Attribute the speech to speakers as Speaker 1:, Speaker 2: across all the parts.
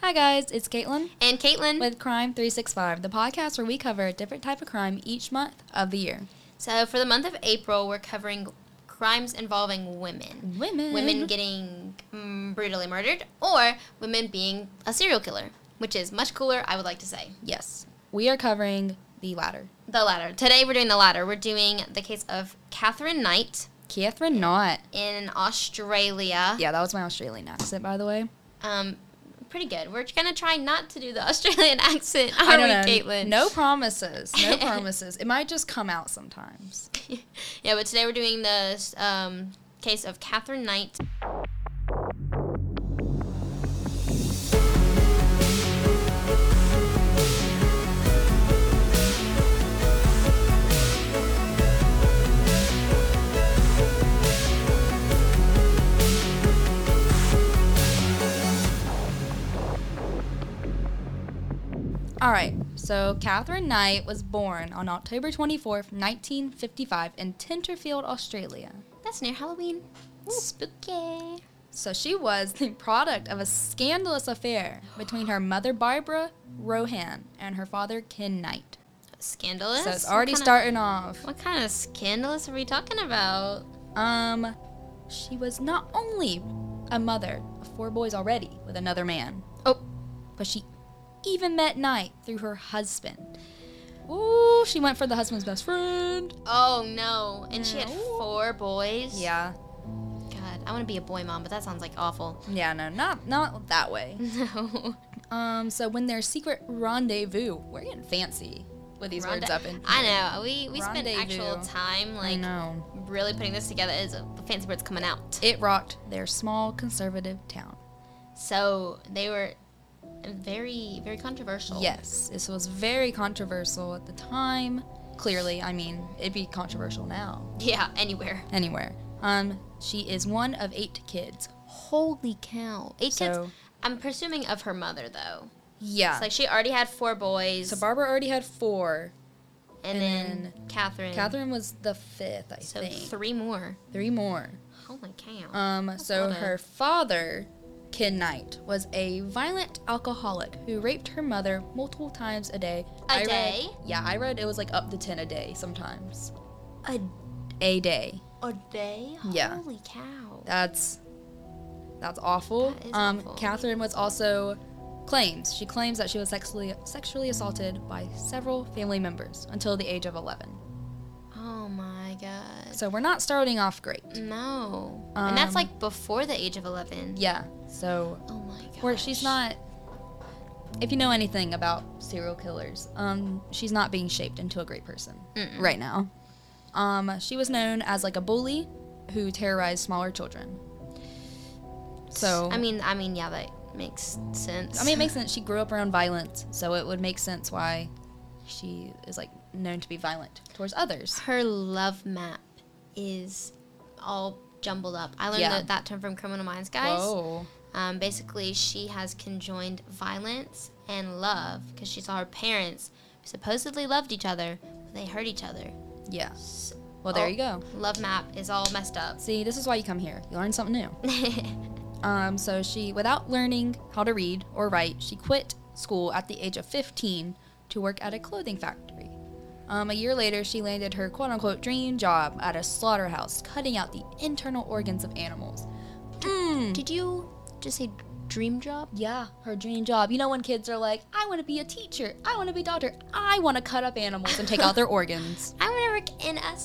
Speaker 1: Hi guys, it's Caitlin
Speaker 2: And Caitlin.
Speaker 1: with Crime 365, the podcast where we cover a different type of crime each month of the year.
Speaker 2: so for the month of April, we're covering crimes involving women.
Speaker 1: Women.
Speaker 2: Women getting mm, brutally murdered or women being a serial killer, which is much cooler, I would like to say.
Speaker 1: Yes. We are covering the latter.
Speaker 2: The latter. Today we're doing the latter. We're doing the case of Catherine Knight
Speaker 1: Catherine Knott.
Speaker 2: in Australia.
Speaker 1: Yeah, that was my Australian accent, by the way.
Speaker 2: Um, pretty good. We're going to try not to do the Australian accent, are
Speaker 1: I
Speaker 2: we,
Speaker 1: don't know.
Speaker 2: Caitlin?
Speaker 1: No promises. No promises. it might just come out sometimes.
Speaker 2: yeah, but today we're doing the um, case of Catherine Knight.
Speaker 1: All right. So, Catherine Knight was born on October 24th, 1955, in Tenterfield, Australia.
Speaker 2: That's near Halloween. Spooky.
Speaker 1: So she was the product of a scandalous affair between her mother Barbara Rohan and her father Ken Knight.
Speaker 2: Scandalous.
Speaker 1: So it's
Speaker 2: What
Speaker 1: already
Speaker 2: kinda-
Speaker 1: starting off.
Speaker 2: What kind of scandalous are we talking about?
Speaker 1: Um, she was not only a mother of four boys already with another man,
Speaker 2: Oh,
Speaker 1: but she even met Knight through her husband. Ooh, she went for the husband's best friend.
Speaker 2: oh no! And she had
Speaker 1: No.
Speaker 2: four boys.
Speaker 1: Yeah,
Speaker 2: God, I want to be a boy mom, but that sounds like awful.
Speaker 1: yeah, no, not not that way.
Speaker 2: No.
Speaker 1: Um, so when their secret rendezvous, we're getting fancy with these words
Speaker 2: Ronda-
Speaker 1: up in.
Speaker 2: I know. We we spent actual
Speaker 1: Rendezvous.
Speaker 2: time
Speaker 1: I
Speaker 2: like
Speaker 1: know.
Speaker 2: really putting this together. Is the fancy words coming out?
Speaker 1: It rocked their small conservative town.
Speaker 2: So they were very very controversial.
Speaker 1: Yes, this was very controversial at the time. Clearly, I mean, it'd be controversial now.
Speaker 2: Yeah. Anywhere.
Speaker 1: Anywhere. Um, she is one of eight kids.
Speaker 2: Holy cow! Eight
Speaker 1: So,
Speaker 2: kids. I'm presuming of her mother though.
Speaker 1: yeah.
Speaker 2: It's like she already had four boys.
Speaker 1: so Barbara already had four.
Speaker 2: and,
Speaker 1: and
Speaker 2: then Catherine.
Speaker 1: Catherine was the fifth, I
Speaker 2: Mm. So
Speaker 1: think.
Speaker 2: three more.
Speaker 1: Three more.
Speaker 2: Oh my cow.
Speaker 1: Um, so
Speaker 2: lot of-
Speaker 1: her father, Ken Knight, was a violent alcoholic who raped her mother multiple times a day.
Speaker 2: A
Speaker 1: I read-
Speaker 2: day?
Speaker 1: yeah, I read it was like up to ten a day sometimes.
Speaker 2: a,
Speaker 1: A day.
Speaker 2: a day?
Speaker 1: Um, Yeah.
Speaker 2: Holy cow.
Speaker 1: That's that's awful.
Speaker 2: That is
Speaker 1: um,
Speaker 2: awful.
Speaker 1: Catherine was also claims she claims that she was sexually sexually assaulted by several family members until the age of 11.
Speaker 2: oh my god.
Speaker 1: So we're not starting off great.
Speaker 2: No. and that's
Speaker 1: Um,
Speaker 2: like before the age of 11.
Speaker 1: Yeah. So
Speaker 2: Oh my god.
Speaker 1: where she's not. If you know anything about serial killers, um, she's not being shaped into a great person
Speaker 2: Mm-mm.
Speaker 1: right now. Um, she was known as like a bully who terrorized smaller children. So
Speaker 2: I mean, I mean, yeah, that makes sense.
Speaker 1: I mean, it makes sense. She grew up around violence, so it would make sense why she is like known to be violent towards others.
Speaker 2: her love map is all jumbled up. I learned
Speaker 1: Yeah.
Speaker 2: that, that term from Criminal Minds, guys. Um, basically, she has conjoined violence and love because she saw her parents who supposedly loved each other, but they hurt each other.
Speaker 1: Yeah.
Speaker 2: S-
Speaker 1: Well, there
Speaker 2: Oh.
Speaker 1: you go.
Speaker 2: Love map is all messed up.
Speaker 1: See, this is why you come here. You learn something new.
Speaker 2: Hmm.
Speaker 1: Um, so she, without learning how to read or write, she quit school at the age of 15 to work at a clothing factory. Um, a year later, she landed her quote unquote dream job at a slaughterhouse, cutting out the internal organs of animals. Mm.
Speaker 2: Did you just say dream job?
Speaker 1: Yeah, her dream job. You know when kids are like, I want to be a teacher, I want to be a doctor, I want to cut up animals and take out their organs.
Speaker 2: I want to work in a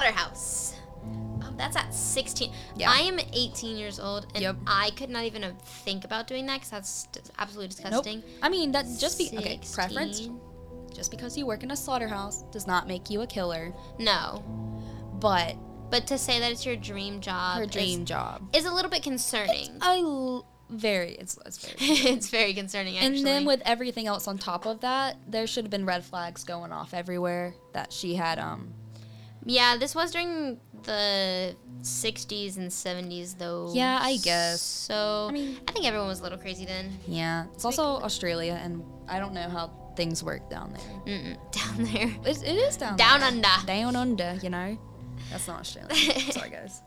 Speaker 2: slaughterhouse. Um, that's at 16.
Speaker 1: Yeah.
Speaker 2: I am 18 years old, and
Speaker 1: Yep.
Speaker 2: I could not even uh, think about doing that because that's d- absolutely
Speaker 1: Nope.
Speaker 2: disgusting.
Speaker 1: I mean, that just be okay. Preference.
Speaker 2: 16?
Speaker 1: Just because you work in a slaughterhouse does not make you a killer,
Speaker 2: No.
Speaker 1: but
Speaker 2: But to say that it's your dream job
Speaker 1: her
Speaker 2: is-
Speaker 1: dream job.
Speaker 2: is, a little bit concerning.
Speaker 1: I l- very. It's, it's very.
Speaker 2: it's very concerning, actually.
Speaker 1: uh, And then with everything else on top of that, there should have been red flags going off everywhere that she had. Um.
Speaker 2: yeah, this was during the 60s and 70s, though.
Speaker 1: Yeah, I guess.
Speaker 2: So
Speaker 1: I
Speaker 2: I,
Speaker 1: mean-
Speaker 2: think everyone was a little crazy then.
Speaker 1: Yeah. It's also Australia, and I don't know how things work down there.
Speaker 2: Mm-mm, down there,
Speaker 1: It's, it is down.
Speaker 2: down
Speaker 1: there.
Speaker 2: under.
Speaker 1: down under, you know? That's not Australian. Sorry, guys. Mm-hmm.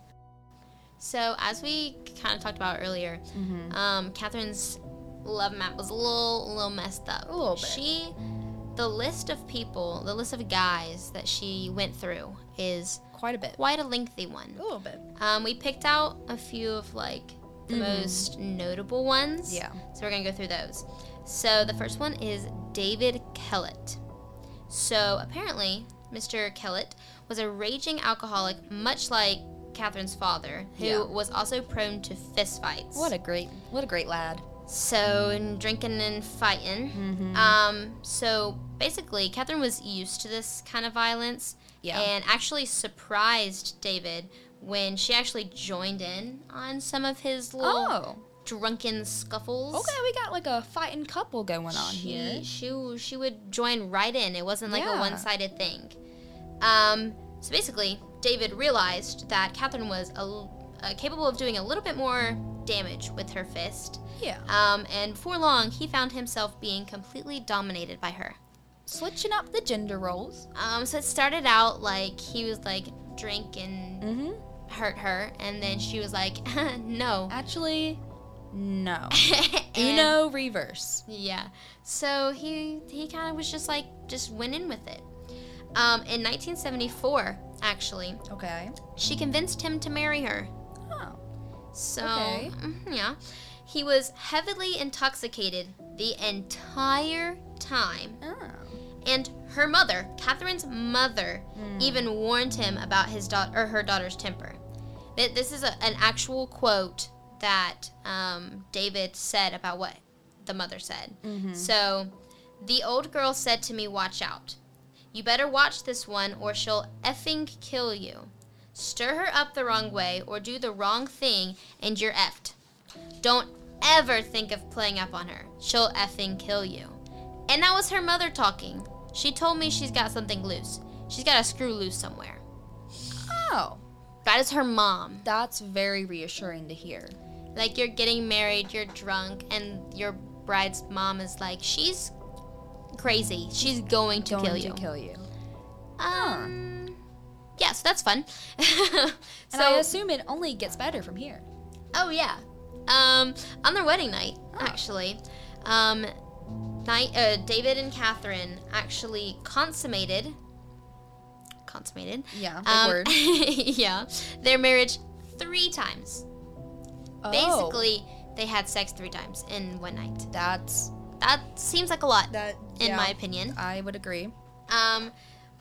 Speaker 2: So as we kind of talked about earlier, um, Catherine's love map was a little, a little messed up.
Speaker 1: A little bit.
Speaker 2: She, the list of people, the list of guys that she went through is
Speaker 1: Quite a bit.
Speaker 2: quite a lengthy one.
Speaker 1: A little bit.
Speaker 2: Um, we picked out a few of like the
Speaker 1: Mhm.
Speaker 2: most notable ones.
Speaker 1: Yeah.
Speaker 2: So we're gonna go through those. So the first one is David Kellett. So apparently, Mr. Kellett was a raging alcoholic, much like Catherine's father, who
Speaker 1: Yeah.
Speaker 2: was also prone to fistfights.
Speaker 1: What a great, what a great lad.
Speaker 2: so and drinking and fighting.
Speaker 1: Mm-hmm.
Speaker 2: Um, so basically, Catherine was used to this kind of violence
Speaker 1: Yeah.
Speaker 2: and actually surprised David when she actually joined in on some of his little
Speaker 1: oh,
Speaker 2: drunken scuffles.
Speaker 1: okay. We got like a fighting couple going on
Speaker 2: she,
Speaker 1: here.
Speaker 2: She, w- she would join right in. It wasn't like
Speaker 1: Yeah.
Speaker 2: a one sided thing. Um, so basically, David realized that Catherine was a l uh, capable of doing a little bit more damage with her fist.
Speaker 1: Yeah.
Speaker 2: Um, and before long, he found himself being completely dominated by her.
Speaker 1: Switching up the gender roles.
Speaker 2: Um, so it started out like he was like drink and
Speaker 1: Mm-hmm.
Speaker 2: hurt her, and then she was like, no.
Speaker 1: Actually, no.
Speaker 2: And-
Speaker 1: Uno reverse.
Speaker 2: Yeah. So he he kind of was just like just went in with it. Um, in 1974, actually,
Speaker 1: Okay.
Speaker 2: she convinced him to marry her.
Speaker 1: Oh.
Speaker 2: So
Speaker 1: Okay.
Speaker 2: mhm, yeah, he was heavily intoxicated the entire time,
Speaker 1: Oh.
Speaker 2: and her mother, Catherine's mother, even warned him about his daughter or her daughter's temper. Th- This is a, an actual quote that um, David said about what the mother said.
Speaker 1: Mm-hmm. Mm.
Speaker 2: So, the old girl said to me, "Watch out! You better watch this one, or she'll effing kill you. Stir her up the wrong way, or do the wrong thing, and you're effed. Don't ever think of playing up on her. She'll effing kill you." And that was her mother talking. She told me she's got something loose. She's got a screw loose somewhere.
Speaker 1: Oh.
Speaker 2: That is her mom.
Speaker 1: That's very reassuring to hear.
Speaker 2: Like you're getting married, you're drunk, and your bride's mom is like, she's crazy. She's going to
Speaker 1: Going
Speaker 2: kill
Speaker 1: to
Speaker 2: you.
Speaker 1: kill you.
Speaker 2: Um, yeah, so that's fun. so,
Speaker 1: And I assume it only gets better from here.
Speaker 2: oh yeah, um, on their wedding night,
Speaker 1: Oh.
Speaker 2: actually, um, night uh, David and Catherine actually consummated. Consummated.
Speaker 1: Yeah. Big
Speaker 2: Um,
Speaker 1: word.
Speaker 2: yeah, their marriage three times.
Speaker 1: Oh,
Speaker 2: Basically, they had sex three times in one night.
Speaker 1: that's
Speaker 2: That seems like a lot,
Speaker 1: that.
Speaker 2: in
Speaker 1: yeah,
Speaker 2: my opinion.
Speaker 1: I would agree.
Speaker 2: Um,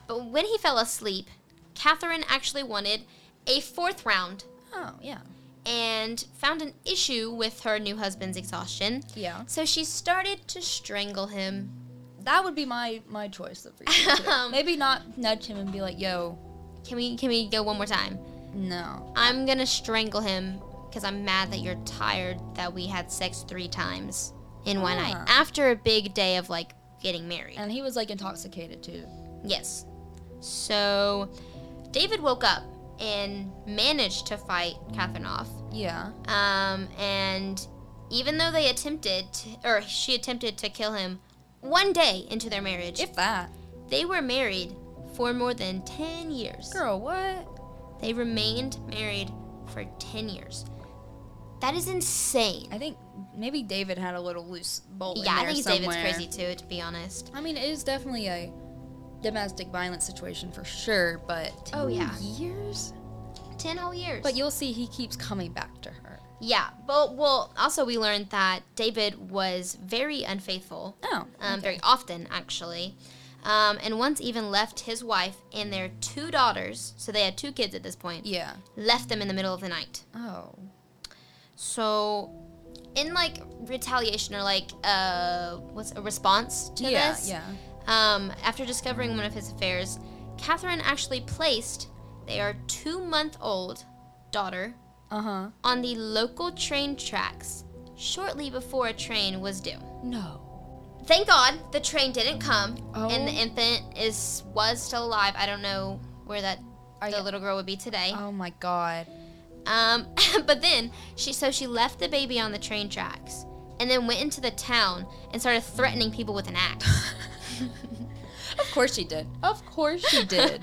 Speaker 2: but when he fell asleep, Catherine actually wanted a fourth round
Speaker 1: Oh yeah.
Speaker 2: and found an issue with her new husband's exhaustion.
Speaker 1: Yeah.
Speaker 2: So she started to strangle him. Um,
Speaker 1: That would be my my choice of reason. too. Maybe not nudge him and be like, "Yo,
Speaker 2: Can we can we go one more time?
Speaker 1: no."
Speaker 2: I'm gonna strangle him because I'm mad that you're tired that we had sex three times in one night
Speaker 1: Ah.
Speaker 2: after a big day of like getting married.
Speaker 1: And he was like intoxicated too.
Speaker 2: Yes. So David woke up and managed to fight Catherine off.
Speaker 1: Yeah.
Speaker 2: Um, and even though they attempted, to, or she attempted to kill him one day into their marriage,
Speaker 1: If that.
Speaker 2: they were married for more than 10 years.
Speaker 1: Girl, what?
Speaker 2: They remained married for 10 years. That is insane.
Speaker 1: I think maybe David had a little loose bolt. in
Speaker 2: yeah, I
Speaker 1: there
Speaker 2: think David's
Speaker 1: somewhere.
Speaker 2: crazy too, to be honest.
Speaker 1: I mean, it is definitely a domestic violence situation for sure, but
Speaker 2: Oh,
Speaker 1: 10
Speaker 2: yeah.
Speaker 1: years.
Speaker 2: 10 whole years.
Speaker 1: But you'll see, he keeps coming back to her.
Speaker 2: yeah, but well, also we learned that David was very unfaithful.
Speaker 1: Oh,
Speaker 2: um,
Speaker 1: okay.
Speaker 2: very often actually um, and once even left his wife and their two daughters so they had two kids at this point
Speaker 1: yeah.
Speaker 2: left them in the middle of the night
Speaker 1: Oh,
Speaker 2: so in like retaliation or like uh, what's a response to
Speaker 1: yeah,
Speaker 2: this
Speaker 1: yeah.
Speaker 2: um, after discovering one of his affairs catherine actually placed their two month old daughter
Speaker 1: Uh huh.
Speaker 2: on the local train tracks shortly before a train was due
Speaker 1: No.
Speaker 2: thank God the train didn't come,
Speaker 1: Oh.
Speaker 2: and the infant is was still alive. I don't know where that
Speaker 1: Are
Speaker 2: the
Speaker 1: you-
Speaker 2: little girl would be today.
Speaker 1: Oh my God.
Speaker 2: Um, but then she so she left the baby on the train tracks, and then went into the town and started threatening people with an axe.
Speaker 1: Of course she did. Of course she did.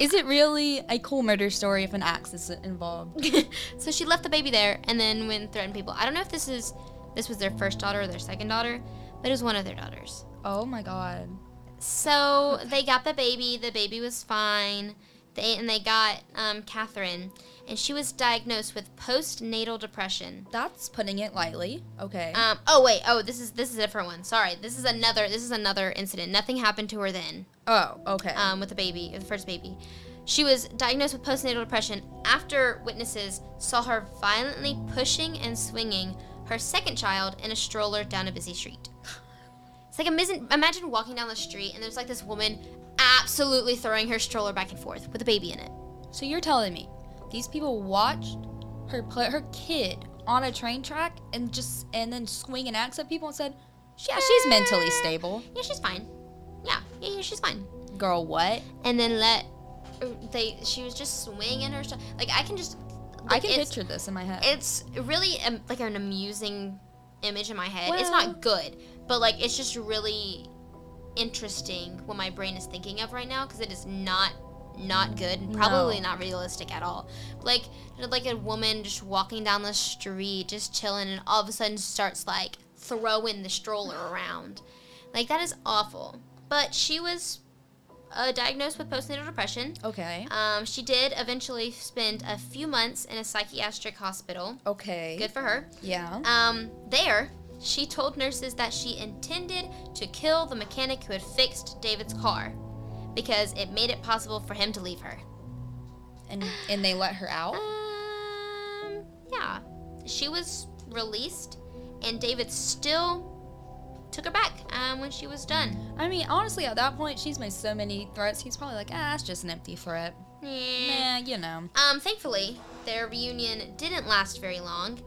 Speaker 1: is it really a cool murder story if an axe is involved?
Speaker 2: so she left the baby there, and then went and threatened people. I don't know if this is This was their first daughter or their second daughter, but it was one of their daughters.
Speaker 1: Oh my god.
Speaker 2: So they got the baby. The baby was fine. They and they got um, Catherine, and she was diagnosed with postnatal depression.
Speaker 1: That's putting it lightly. Okay.
Speaker 2: Um, oh wait, oh this is this is a different one. Sorry, this is another this is another incident. Nothing happened to her then
Speaker 1: oh, okay.
Speaker 2: um, with the baby, the first baby. She was diagnosed with postnatal depression after witnesses saw her violently pushing and swinging her second child in a stroller down a busy street. It's like imagine, imagine walking down the street and there's like this woman absolutely throwing her stroller back and forth with a baby in it.
Speaker 1: so you're telling me these people watched her put her kid on a train track and just and then swing an axe at people and said, "Yeah, she's mentally stable."
Speaker 2: Yeah, she's fine. Yeah, yeah, yeah she's fine.
Speaker 1: Girl, what?
Speaker 2: And then let they she was just swinging her stro- like I can just
Speaker 1: I
Speaker 2: like,
Speaker 1: can
Speaker 2: it's-
Speaker 1: picture this in my head.
Speaker 2: it's really um, like an amusing image in my head. it's not good, but like it's just really interesting what my brain is thinking of right now because it is not not good and probably
Speaker 1: No.
Speaker 2: not realistic at all. Like like a woman just walking down the street, just chilling, and all of a sudden starts like throwing the stroller around. Like that is awful. But she was uh, diagnosed with postnatal depression.
Speaker 1: okay.
Speaker 2: Um, she did eventually spend a few months in a psychiatric hospital.
Speaker 1: Okay.
Speaker 2: Good for her.
Speaker 1: Yeah.
Speaker 2: Um, there, she told nurses that she intended to kill the mechanic who had fixed David's car because it made it possible for him to leave her.
Speaker 1: And and they let her out.
Speaker 2: Um, yeah. She was released, and David still took her back um, when she was done.
Speaker 1: I mean, honestly, at that point, she's made so many threats. He's probably like, ah, it's just an empty threat. Nah, you know.
Speaker 2: Um, thankfully, their reunion didn't last very long,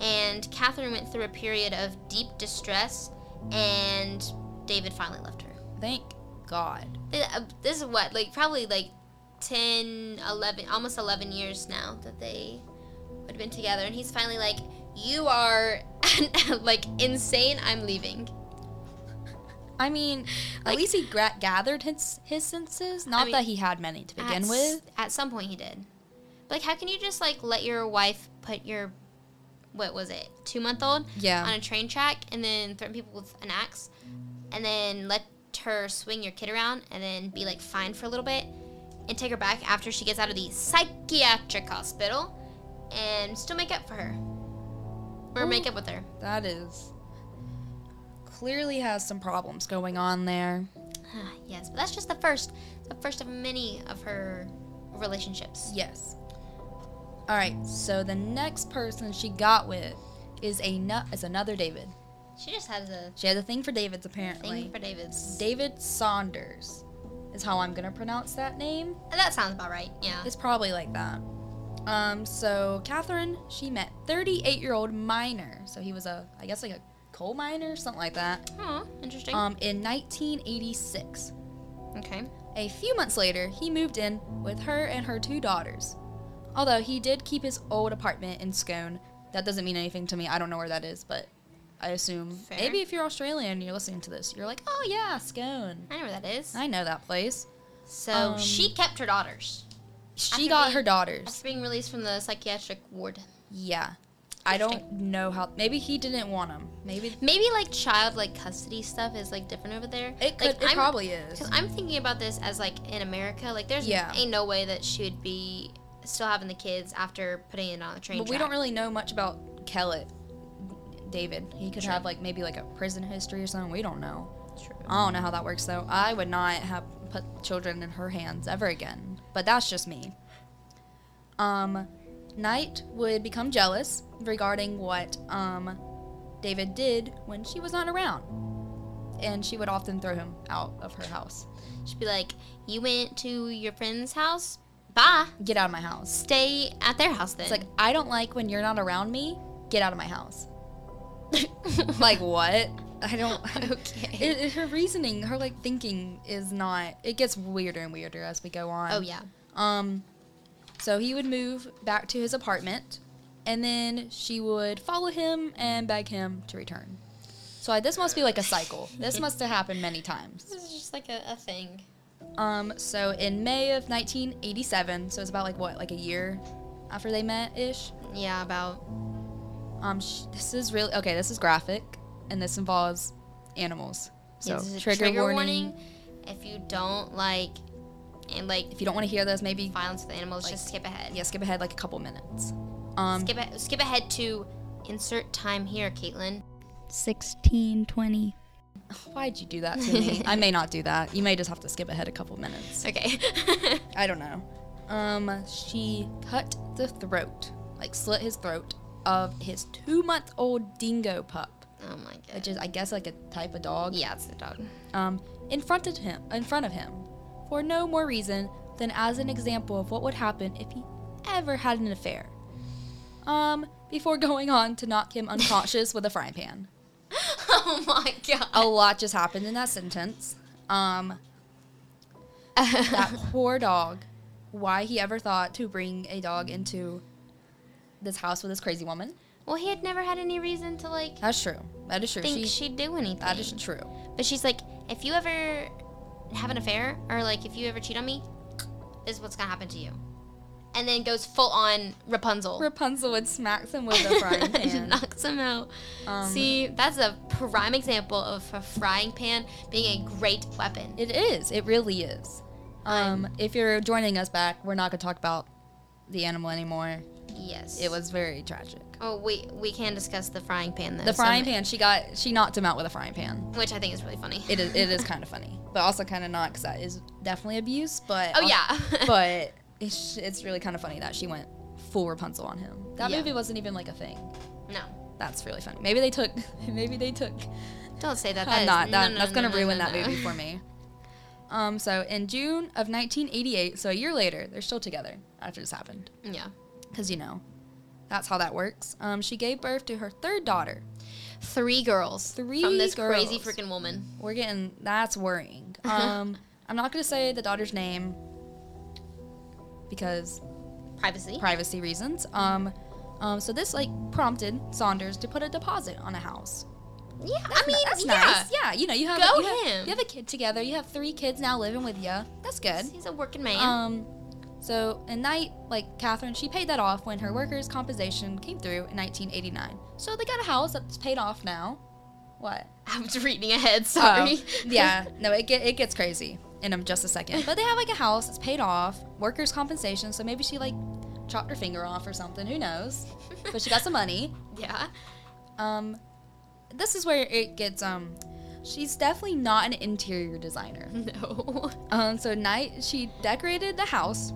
Speaker 2: and Catherine went through a period of deep distress, and David finally left her.
Speaker 1: Thank God.
Speaker 2: Th- uh, This is what, like, probably like 10, 11, almost 11 years now that they would have been together, and he's finally like, You are like insane, I'm leaving.
Speaker 1: I mean, at
Speaker 2: Like-
Speaker 1: least he gra- gathered his, his senses. Not
Speaker 2: mean,
Speaker 1: that he had many to
Speaker 2: at,
Speaker 1: begin
Speaker 2: s-
Speaker 1: with.
Speaker 2: At some point, he did. But, like, how can you just like let your wife put your what was it two month old
Speaker 1: Yeah.
Speaker 2: on a train track and then threaten people with an axe and then let her swing your kid around and then be like fine for a little bit and take her back after she gets out of the psychiatric hospital and still make up for her or make up with her.
Speaker 1: That is. Clearly has some problems going on there.
Speaker 2: yes, but that's just the first, the first of many of her relationships.
Speaker 1: Yes. All right. So the next person she got with is a nu- is another David.
Speaker 2: She just has a
Speaker 1: She has a thing for David's
Speaker 2: thing
Speaker 1: apparently.
Speaker 2: for David's.
Speaker 1: David Saunders is how I'm gonna pronounce that name.
Speaker 2: That sounds about right. Yeah.
Speaker 1: It's probably like that. Um, so Catherine, she met 38-year-old miner. So he was a, I guess like a coal miner, something like that.
Speaker 2: Oh, interesting.
Speaker 1: Um, in 1986.
Speaker 2: okay.
Speaker 1: A few months later, he moved in with her and her two daughters. Although he did keep his old apartment in Scone. That doesn't mean anything to me. I don't know where that is, but I assume
Speaker 2: Fair.
Speaker 1: maybe if you're Australian and you're listening to this, you're like, oh yeah, Scone.
Speaker 2: I know where that is.
Speaker 1: I know that place.
Speaker 2: So
Speaker 1: Um,
Speaker 2: she kept her daughters
Speaker 1: She
Speaker 2: After
Speaker 1: got
Speaker 2: being-
Speaker 1: her daughters.
Speaker 2: after being released from the psychiatric ward.
Speaker 1: Yeah. I don't
Speaker 2: Interesting.
Speaker 1: know how. Maybe he didn't want him. Maybe
Speaker 2: Maybe like child like custody stuff is like different over there.
Speaker 1: it could.
Speaker 2: like,
Speaker 1: it probably is.
Speaker 2: Because I'm thinking about this as like in America, like there's
Speaker 1: Yeah.
Speaker 2: ain't no way that she would be still having the kids after putting it on the train.
Speaker 1: But we don't
Speaker 2: track.
Speaker 1: really know much about Kellett, David. He could
Speaker 2: True.
Speaker 1: have like maybe like a prison history or something. We don't know.
Speaker 2: True.
Speaker 1: I don't know how that works though. I would not have put children in her hands ever again. But that's just me. Um, Knight would become jealous regarding what um, David did when she was not around, and she would often throw him out of her house.
Speaker 2: She'd be like, "You went to your friend's house. Bye.
Speaker 1: Get out of my house.
Speaker 2: Stay at their house then."
Speaker 1: It's like I don't like when you're not around me. Get out of my house. Like what? I don't.
Speaker 2: okay.
Speaker 1: It, it- her reasoning, her like thinking is not. It gets weirder and weirder as we go on.
Speaker 2: oh yeah.
Speaker 1: Um, so he would move back to his apartment, and then she would follow him and beg him to return. So I, this must be like a cycle. This must have happened many times.
Speaker 2: This is just like a, a thing.
Speaker 1: Um, so in May of 1987, so it's about like what, like a year after they met ish.
Speaker 2: Yeah, about
Speaker 1: Um, sh- this is really okay. This is graphic, and this involves animals. So
Speaker 2: this is a
Speaker 1: trigger, warning.
Speaker 2: If you don't like, and like
Speaker 1: If you don't want to hear this, maybe
Speaker 2: violence with animals,
Speaker 1: Like-
Speaker 2: just skip ahead.
Speaker 1: yeah, skip ahead like a couple minutes. Um,
Speaker 2: Skip a- skip ahead to insert time here, Caitlin.
Speaker 3: 16, 20.
Speaker 1: why'd you do that to me? I may not do that. You may just have to skip ahead a couple minutes.
Speaker 2: Okay.
Speaker 1: I don't know. Um, she cut the throat, like slit his throat of his two-month-old dingo pup,
Speaker 2: oh my god.
Speaker 1: which is I guess like a type of dog.
Speaker 2: Yeah, it's the dog.
Speaker 1: um, in front of him, in front of him, for no more reason than as an example of what would happen if he ever had an affair. Um, before going on to knock him unconscious with a frying pan.
Speaker 2: oh my god.
Speaker 1: A lot just happened in that sentence. Um, that poor dog. Why he ever thought to bring a dog into this house with this crazy woman?
Speaker 2: well, he had never had any reason to like
Speaker 1: That's true. That is true.
Speaker 2: think
Speaker 1: She,
Speaker 2: she'd do anything.
Speaker 1: that is true.
Speaker 2: But she's like, if you ever have an affair or like if you ever cheat on me, this is what's gonna happen to you. And then goes full on Rapunzel.
Speaker 1: Rapunzel would smacks him with a frying
Speaker 2: She
Speaker 1: pan.
Speaker 2: knocks him out.
Speaker 1: Um,
Speaker 2: See, that's a prime example of a frying pan being a great weapon.
Speaker 1: It is. It really is. Um, if you're joining us back, we're not gonna talk about the animal anymore.
Speaker 2: yes.
Speaker 1: It was very tragic.
Speaker 2: Oh, we we can discuss the frying pan though.
Speaker 1: The frying
Speaker 2: some-
Speaker 1: pan. She got. She knocked him out with a frying pan.
Speaker 2: which I think is really funny.
Speaker 1: It is. It is kind of funny, but also kind of not because that is definitely abuse. But
Speaker 2: oh yeah.
Speaker 1: but it's, it's really kind of funny that she went full Rapunzel on him. That
Speaker 2: Yeah.
Speaker 1: movie wasn't even like a thing.
Speaker 2: no,
Speaker 1: That's really funny. Maybe they took. Maybe they took
Speaker 2: don't say that.
Speaker 1: I'm
Speaker 2: That
Speaker 1: not.
Speaker 2: is- no,
Speaker 1: That,
Speaker 2: no,
Speaker 1: that's
Speaker 2: no,
Speaker 1: gonna
Speaker 2: no,
Speaker 1: ruin
Speaker 2: no,
Speaker 1: that
Speaker 2: no.
Speaker 1: movie for me. Um. So in June of 1988, so a year later, they're still together after this happened,
Speaker 2: Yeah.
Speaker 1: because you know, that's how that works. Um. She gave birth to her third daughter.
Speaker 2: Three girls.
Speaker 1: Three
Speaker 2: from this crazy
Speaker 1: girls.
Speaker 2: freaking woman.
Speaker 1: We're getting that's worrying. Um. I'm not gonna say the daughter's name because
Speaker 2: Privacy.
Speaker 1: privacy reasons. Um. Um, so this like prompted Saunders to put a deposit on a house.
Speaker 2: yeah, I mean,
Speaker 1: That's
Speaker 2: yeah.
Speaker 1: nice. Yeah, you know you have
Speaker 2: Go
Speaker 1: you have-
Speaker 2: him.
Speaker 1: you have a kid together. You have three kids now living with you. That's good.
Speaker 2: He's a working man.
Speaker 1: Um, so at night, like Catherine, she paid that off when her workers' compensation came through in 1989. So they got a house that's paid off now. What?
Speaker 2: I was reading ahead.
Speaker 1: Oh,
Speaker 2: Sorry.
Speaker 1: yeah. No, it get, it gets crazy in um, just a second. But they have like a house that's paid off, workers' compensation. So maybe she like chopped her finger off or something. Who knows? But she got some money.
Speaker 2: yeah.
Speaker 1: Um, this is where it gets um. She's definitely not an interior designer.
Speaker 2: No.
Speaker 1: Um, so night she decorated the house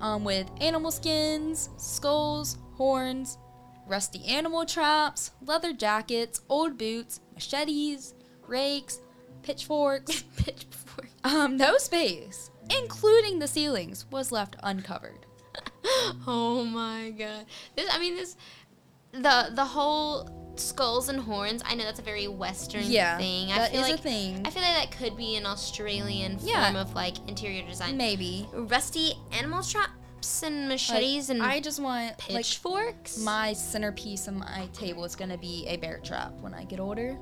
Speaker 1: um, with animal skins, skulls, horns, rusty animal traps, leather jackets, old boots, machetes, rakes, pitchforks.
Speaker 2: Pitchfork.
Speaker 1: um, no space, including the ceilings, was left uncovered.
Speaker 2: Oh my god. This. I mean, this. The the whole skulls and horns. I know that's a very Western
Speaker 1: Yeah,
Speaker 2: thing. I
Speaker 1: that
Speaker 2: feel
Speaker 1: is
Speaker 2: like,
Speaker 1: a thing.
Speaker 2: I feel like that could be an Australian
Speaker 1: Yeah.
Speaker 2: form of like interior design.
Speaker 1: Maybe.
Speaker 2: Rusty animal traps and
Speaker 1: Like,
Speaker 2: machetes and
Speaker 1: I just want like
Speaker 2: pitchforks.
Speaker 1: my centerpiece on my table is gonna be a bear trap when I get older.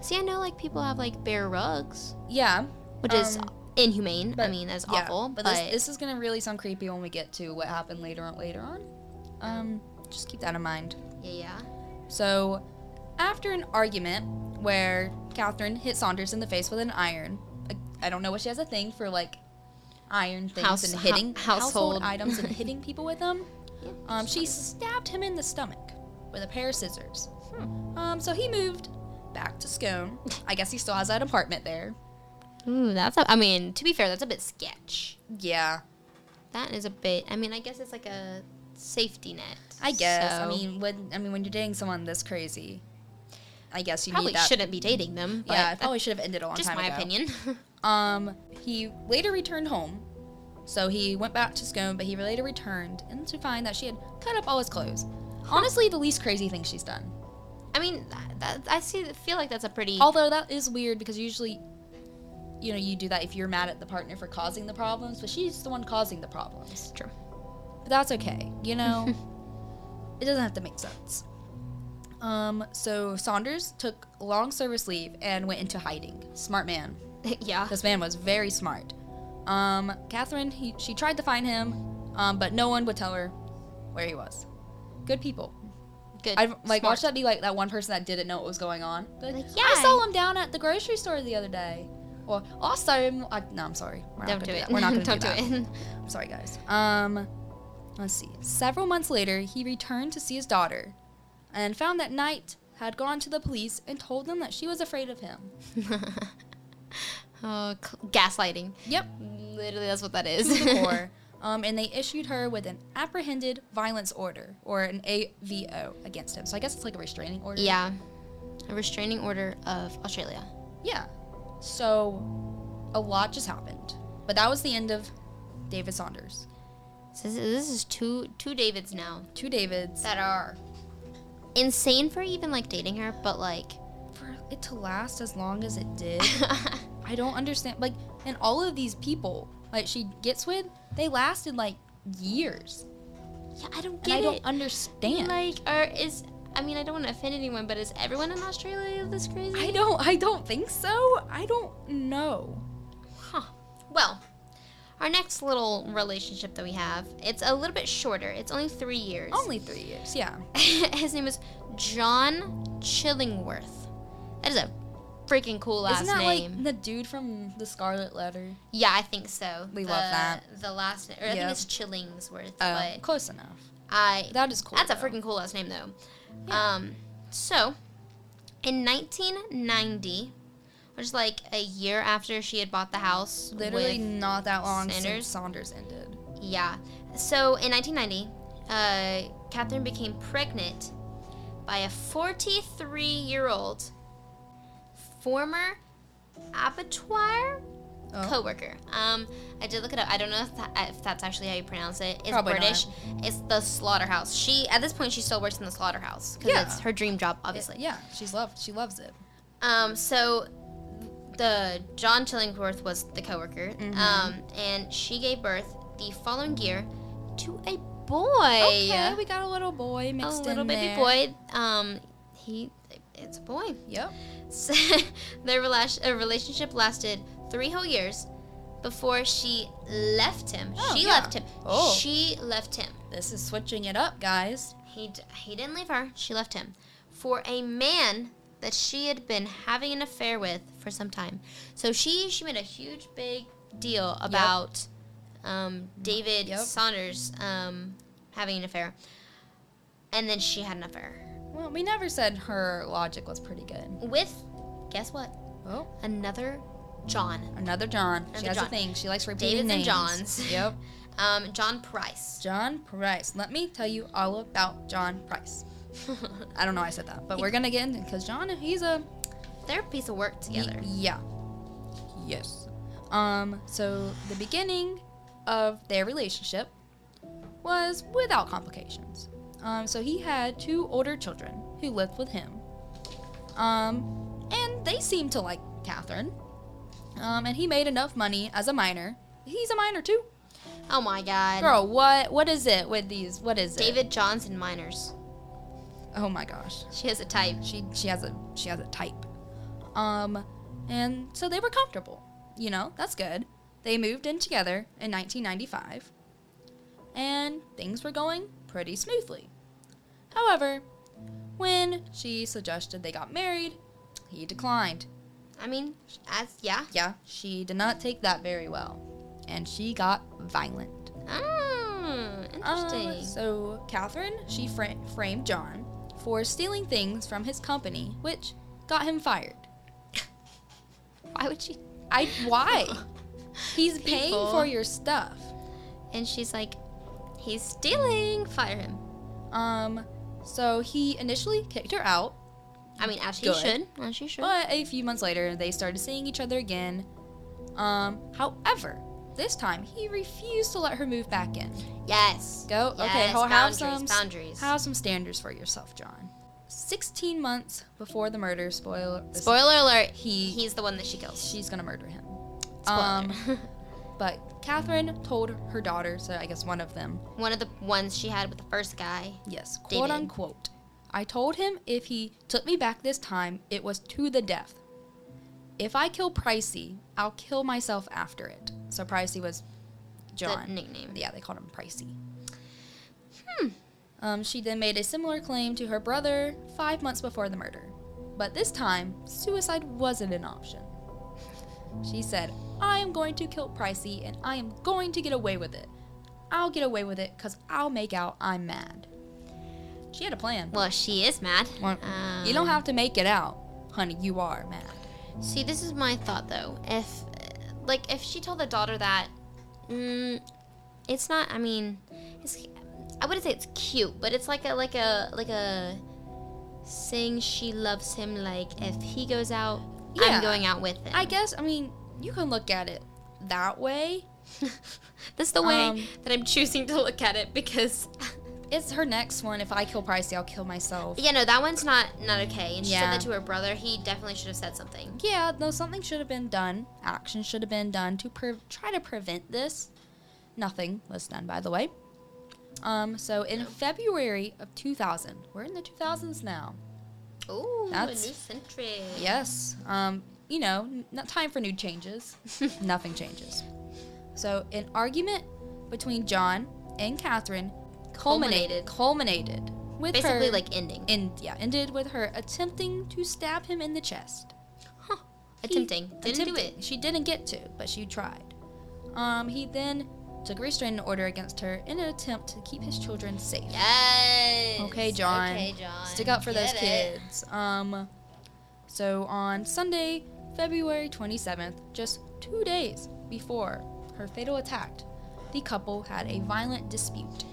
Speaker 2: See, I know like people have like bear rugs,
Speaker 1: Yeah,
Speaker 2: which is
Speaker 1: Um,
Speaker 2: inhumane. I
Speaker 1: but-
Speaker 2: mean, that's
Speaker 1: Yeah,
Speaker 2: awful.
Speaker 1: But, this, this is gonna really sound creepy when we get to what happened later on. Later on, um, just keep that in mind.
Speaker 2: yeah,
Speaker 1: So, after an argument where Catherine hit Saunders in the face with an iron, like, I don't know what she has a thing for like iron things
Speaker 2: House-
Speaker 1: and
Speaker 2: hou-
Speaker 1: hitting
Speaker 2: household.
Speaker 1: items and hitting people with them.
Speaker 2: Yeah.
Speaker 1: Um, she stabbed him in the stomach with a pair of scissors. Um, so he moved back to Scone. I guess he still has that apartment there.
Speaker 2: yeah. Ooh, that's. A, I mean, to be fair, that's a bit sketch.
Speaker 1: Yeah,
Speaker 2: That is a bit. I mean, I guess it's like a safety net.
Speaker 1: I guess. I
Speaker 2: so
Speaker 1: mean, when I mean when you're dating someone this crazy, I guess you
Speaker 2: probably
Speaker 1: need that.
Speaker 2: shouldn't be dating them. But
Speaker 1: yeah, it
Speaker 2: that's
Speaker 1: probably should have ended a long
Speaker 2: just
Speaker 1: time
Speaker 2: my
Speaker 1: ago.
Speaker 2: opinion.
Speaker 1: Um, he later returned home, so he went back to Scone, but he later returned and to find that she had cut up all his clothes. Honestly, the least crazy thing she's done.
Speaker 2: I mean, that, that, I see. Feel like that's a pretty.
Speaker 1: Although that is weird because usually, you know, you do that if you're mad at the partner for causing the problems, but she's the one causing the problems.
Speaker 2: True.
Speaker 1: But that's okay, you know? it doesn't have to make sense. Um, so Saunders took long service leave and went into hiding. Smart man.
Speaker 2: yeah.
Speaker 1: This man was very smart. Um, Catherine, he, she tried to find him, um, but no one would tell her where he was. Good people.
Speaker 2: Good.
Speaker 1: I've like
Speaker 2: Smart.
Speaker 1: watched that be like that one person that didn't know what was going on. Be Like,
Speaker 2: Like,
Speaker 1: yeah, I
Speaker 2: yeah,
Speaker 1: saw him down at the grocery store the other day. Or also, I, no, I'm sorry. We're not
Speaker 2: Don't
Speaker 1: gonna
Speaker 2: do it.
Speaker 1: that. We're not going to
Speaker 2: Don't
Speaker 1: do that.
Speaker 2: do it.
Speaker 1: I'm sorry, guys. Um, let's see. Several months later, he returned to see his daughter, and found that Knight had gone to the police and told them that she was afraid of him.
Speaker 2: oh, cl- gaslighting.
Speaker 1: Yep.
Speaker 2: Literally, that's what that
Speaker 1: to
Speaker 2: is.
Speaker 1: the core. Um, and they issued her with an apprehended violence order or an AVO against him. So I guess it's like a restraining order.
Speaker 2: yeah. A restraining order of Australia.
Speaker 1: Yeah. So a lot just happened. But that was the end of David Saunders.
Speaker 2: So this- this is two two Davids now
Speaker 1: Two Davids.
Speaker 2: that are insane for even like dating her, but like
Speaker 1: For it to last as long as it did, I don't understand. Like, and all of these people, like she gets with, they lasted like years.
Speaker 2: yeah, I don't
Speaker 1: And
Speaker 2: get
Speaker 1: I
Speaker 2: it.
Speaker 1: don't understand.
Speaker 2: Like, or is I mean, I don't want to offend anyone, but is everyone in Australia this crazy?
Speaker 1: I don't. I don't think so. I don't know.
Speaker 2: Huh. Well, our next little relationship that we have, it's a little bit shorter. It's only three years.
Speaker 1: Only three years. Yeah.
Speaker 2: His name is John Chillingworth. That is a freaking cool last
Speaker 1: Isn't that
Speaker 2: name.
Speaker 1: like the dude from the Scarlet Letter?
Speaker 2: yeah, I think so.
Speaker 1: We
Speaker 2: the,
Speaker 1: love that.
Speaker 2: The last name, or I
Speaker 1: Yep.
Speaker 2: think it's Chillingsworth,
Speaker 1: Oh,
Speaker 2: but
Speaker 1: close enough.
Speaker 2: I
Speaker 1: That is cool.
Speaker 2: That's a
Speaker 1: though.
Speaker 2: freaking cool last name, though. Um, so, in 1990, which is like a year after she had bought the house,
Speaker 1: literally
Speaker 2: with-
Speaker 1: not that long
Speaker 2: Sanders.
Speaker 1: since Saunders ended.
Speaker 2: yeah. So in 1990, uh, Catherine became pregnant by a 43-year-old former abattoir
Speaker 1: Oh.
Speaker 2: coworker. Um, I did look it up. I don't know if, that, if that's actually how you pronounce it. It's
Speaker 1: Probably
Speaker 2: British. It's the slaughterhouse. She at this point she still works in the slaughterhouse because
Speaker 1: Yeah.
Speaker 2: it's her dream job, obviously.
Speaker 1: yeah, she's loved. She loves it.
Speaker 2: Um, so the John Chillingworth was the coworker.
Speaker 1: Mm-hmm.
Speaker 2: Um, and she gave birth the following year to a boy.
Speaker 1: Okay, we got a little boy
Speaker 2: a
Speaker 1: mixed in
Speaker 2: little baby
Speaker 1: there.
Speaker 2: boy. Um, he it's a boy.
Speaker 1: Yep.
Speaker 2: So, their rela- uh, relationship lasted three whole years before she left him.
Speaker 1: Oh,
Speaker 2: she
Speaker 1: yeah.
Speaker 2: left him.
Speaker 1: Oh.
Speaker 2: She left him.
Speaker 1: This is switching it up, guys.
Speaker 2: He, d- he didn't leave her. She left him for a man that she had been having an affair with for some time. So she she made a huge big deal about um, David
Speaker 1: Yep.
Speaker 2: Saunders um, having an affair, and then she had an affair
Speaker 1: Well, we never said her logic was pretty good.
Speaker 2: with guess what
Speaker 1: Oh,
Speaker 2: another John
Speaker 1: another John.
Speaker 2: Another
Speaker 1: she has
Speaker 2: John.
Speaker 1: a thing. She likes repeating
Speaker 2: Davids and
Speaker 1: names.
Speaker 2: Johns.
Speaker 1: Yep.
Speaker 2: um, John Price.
Speaker 1: John Price. Let me tell you all about John Price. I don't know why I said that, but we're gonna get into because John, he's a
Speaker 2: They're a piece of work together.
Speaker 1: Y- yeah. Yes. Um, so the beginning of their relationship was without complications. Um, so he had two older children who lived with him. Um, and they seemed to like Catherine. Um, and he made enough money as a minor. He's a minor too.
Speaker 2: Oh my God.
Speaker 1: Girl, what what is it with these? What is it?
Speaker 2: David Johnson minors.
Speaker 1: Oh my gosh.
Speaker 2: She has a type.
Speaker 1: She she has a she has a type. Um and so they were comfortable. You know, that's good. They moved in together in 1995. And things were going pretty smoothly. However, when she suggested they got married, he declined.
Speaker 2: I mean, as yeah.
Speaker 1: Yeah, she did not take that very well. And she got violent.
Speaker 2: Oh,
Speaker 1: Um,
Speaker 2: interesting.
Speaker 1: so Catherine, she fra- framed John for stealing things from his company, which got him fired.
Speaker 2: Why would she?
Speaker 1: I why? He's paying
Speaker 2: People.
Speaker 1: for your stuff.
Speaker 2: And she's like, he's stealing. Fire him.
Speaker 1: Um, so he initially kicked her out,
Speaker 2: I mean, as she
Speaker 1: Good.
Speaker 2: should. As she should.
Speaker 1: but a few months later they started seeing each other again. Um, however, this time he refused to let her move back in.
Speaker 2: yes.
Speaker 1: Go okay,
Speaker 2: Yes,
Speaker 1: ho- have
Speaker 2: boundaries.
Speaker 1: some
Speaker 2: boundaries.
Speaker 1: have some standards for yourself, John. Sixteen months before the murder, spoiler
Speaker 2: Spoiler alert.
Speaker 1: he
Speaker 2: He's the one that she kills.
Speaker 1: she's gonna murder him.
Speaker 2: Spoiler.
Speaker 1: Um, but Catherine told her daughter, so I guess one of them,
Speaker 2: one of the ones she had with the first guy.
Speaker 1: Yes, quote
Speaker 2: David.
Speaker 1: unquote. I told him if he took me back this time, it was to the death. If I kill Pricey, I'll kill myself after it. So Pricey was John.
Speaker 2: The nickname.
Speaker 1: yeah, they called him Pricey. Um, she then made a similar claim to her brother five months before the murder. But this time, suicide wasn't an option. She said, I am going to kill Pricey and I am going to get away with it. I'll get away with it because I'll make out I'm mad. She had a plan.
Speaker 2: Well, she is mad. Um,
Speaker 1: Well, you don't have to make it out, honey. You are mad.
Speaker 2: See, this is my thought though. If, like, if she told the daughter that, mm, it's not. I mean, it's. I wouldn't say it's cute, but it's like a like a like a saying she loves him. Like if he goes out,
Speaker 1: Yeah.
Speaker 2: I'm going out with him.
Speaker 1: I guess. I mean, you can look at it that way.
Speaker 2: That's the way
Speaker 1: Um,
Speaker 2: that I'm choosing to look at it because.
Speaker 1: It's her next one. If I kill Pricey, I'll kill myself.
Speaker 2: Yeah, no, that one's not not okay. And she
Speaker 1: Yeah.
Speaker 2: said that to her brother. He definitely should have said something.
Speaker 1: Yeah, though something should have been done. Action should have been done to pre- try to prevent this. Nothing was done, by the way. Um, so in February of 2000, we're in the 2000s now.
Speaker 2: Ooh,
Speaker 1: That's-
Speaker 2: a new century.
Speaker 1: Yes. Um, you know, n- not time for new changes. Nothing changes. So an argument between John and Catherine culminated
Speaker 2: Culminated.
Speaker 1: culminated with
Speaker 2: Basically,
Speaker 1: her,
Speaker 2: like ending.
Speaker 1: in, yeah ended with her attempting to stab him in the chest. He-
Speaker 2: attempting. Didn't do
Speaker 1: attempted-
Speaker 2: it.
Speaker 1: She didn't get to, but she tried. Um, he then took a restraining order against her in an attempt to keep his children safe.
Speaker 2: Yes.
Speaker 1: Okay, John.
Speaker 2: Okay, John.
Speaker 1: Stick up for those
Speaker 2: Get it.
Speaker 1: kids. Um, so on Sunday, February 27th, just two days before her fatal attack, the couple had a violent dispute.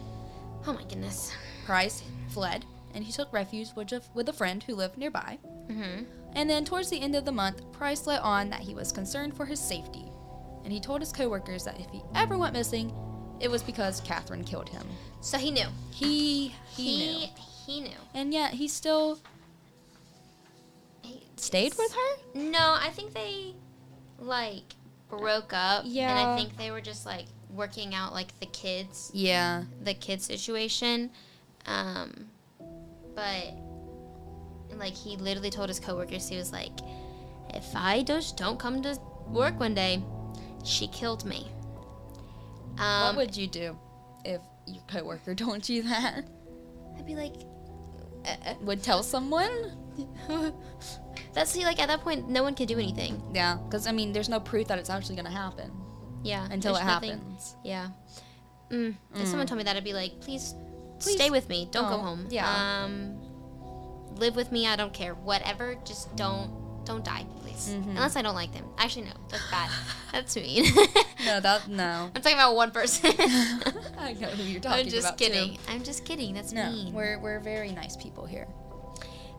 Speaker 2: Oh my goodness.
Speaker 1: Price fled, and he took refuge with a, with a friend who lived nearby.
Speaker 2: Mm-hmm.
Speaker 1: And then towards the end of the month, Price let on that he was concerned for his safety. And he told his coworkers that if he ever went missing, it was because Catherine killed him.
Speaker 2: So he knew.
Speaker 1: He he, knew.
Speaker 2: He he knew.
Speaker 1: And yet he still
Speaker 2: He-
Speaker 1: stayed with her?
Speaker 2: No, I think they like broke up. And
Speaker 1: Yeah.
Speaker 2: I think they were just like working out like the kids,
Speaker 1: Yeah.
Speaker 2: the kid situation. Um, but like he literally told his coworkers, he was like, "If I just don't come to work one day, she killed me." Um,
Speaker 1: what would you do if your coworker told you that?
Speaker 2: I'd be like. Uh,
Speaker 1: Would tell someone?
Speaker 2: uh, That's see, like at that point, no one can do anything.
Speaker 1: Yeah, because I mean, there's no proof that it's actually gonna happen
Speaker 2: Yeah.
Speaker 1: until it
Speaker 2: there's nothing-
Speaker 1: happens.
Speaker 2: Yeah. Mm. If someone told me that, I'd be like, please,
Speaker 1: Please
Speaker 2: stay with me. Don't go
Speaker 1: don't.
Speaker 2: home.
Speaker 1: Yeah.
Speaker 2: Um, live with me. I don't care. Whatever. Just don't, don't die, please.
Speaker 1: Mhm.
Speaker 2: Unless I don't like them. Actually, no. That's bad. that's mean.
Speaker 1: No, that no.
Speaker 2: I'm talking about one person.
Speaker 1: I know who you're talking
Speaker 2: I'm just
Speaker 1: about, too.
Speaker 2: kidding. I'm just kidding. That's
Speaker 1: No,
Speaker 2: mean.
Speaker 1: we're we're very nice people here.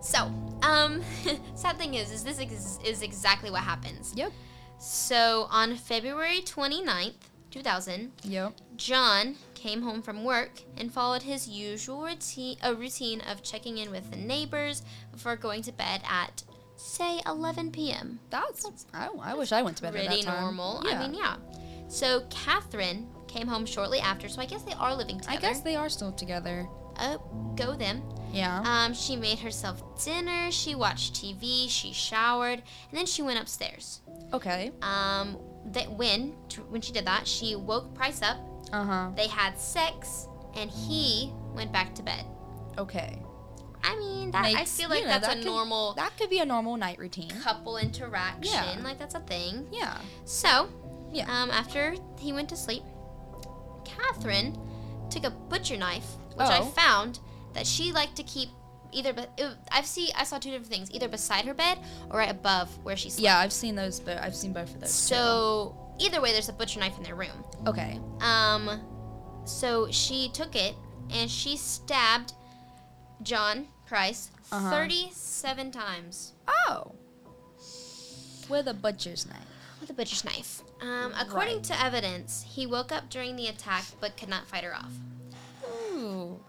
Speaker 2: So, um, sad thing is, is this ex- is exactly what happens.
Speaker 1: Yep.
Speaker 2: So on February 29th, 2000,
Speaker 1: Yep.
Speaker 2: John came home from work and followed his usual routine, a routine of checking in with the neighbors before going to bed at, say, 11 p.m.
Speaker 1: That's I, I wish I went to bed at
Speaker 2: Pretty
Speaker 1: that time.
Speaker 2: normal.
Speaker 1: Yeah.
Speaker 2: I mean, yeah. So Catherine came home shortly after, so I guess they are living
Speaker 1: I
Speaker 2: together.
Speaker 1: guess they are still together.
Speaker 2: Oh, go them.
Speaker 1: Yeah.
Speaker 2: Um, she made herself dinner, she watched TV, she showered, and then she went upstairs.
Speaker 1: okay.
Speaker 2: Um, that when when she did that, she woke Price up.
Speaker 1: Uh huh.
Speaker 2: They had sex, and he went back to bed.
Speaker 1: Okay.
Speaker 2: I mean, that, I
Speaker 1: Makes-
Speaker 2: feel like
Speaker 1: you know,
Speaker 2: that's
Speaker 1: that
Speaker 2: a
Speaker 1: could-
Speaker 2: normal
Speaker 1: That could be a normal night routine.
Speaker 2: couple interaction.
Speaker 1: Yeah.
Speaker 2: Like that's a thing.
Speaker 1: Yeah.
Speaker 2: So,
Speaker 1: Yeah.
Speaker 2: um, after he went to sleep, Catherine took a butcher knife, which I
Speaker 1: Oh.
Speaker 2: found that she liked to keep either. Be- it- I've see I saw two different things, either beside her bed or right above where she slept.
Speaker 1: Yeah, I've seen those, but I've seen both of those.
Speaker 2: So either way, there's a butcher knife in their room.
Speaker 1: too. okay.
Speaker 2: Um, so she took it and she stabbed John Price
Speaker 1: Uh-huh.
Speaker 2: 37 times
Speaker 1: Oh. With a butcher's knife.
Speaker 2: with a butcher's knife. Um, according
Speaker 1: Right.
Speaker 2: to evidence, he woke up during the attack but could not fight her off.
Speaker 1: Ooh.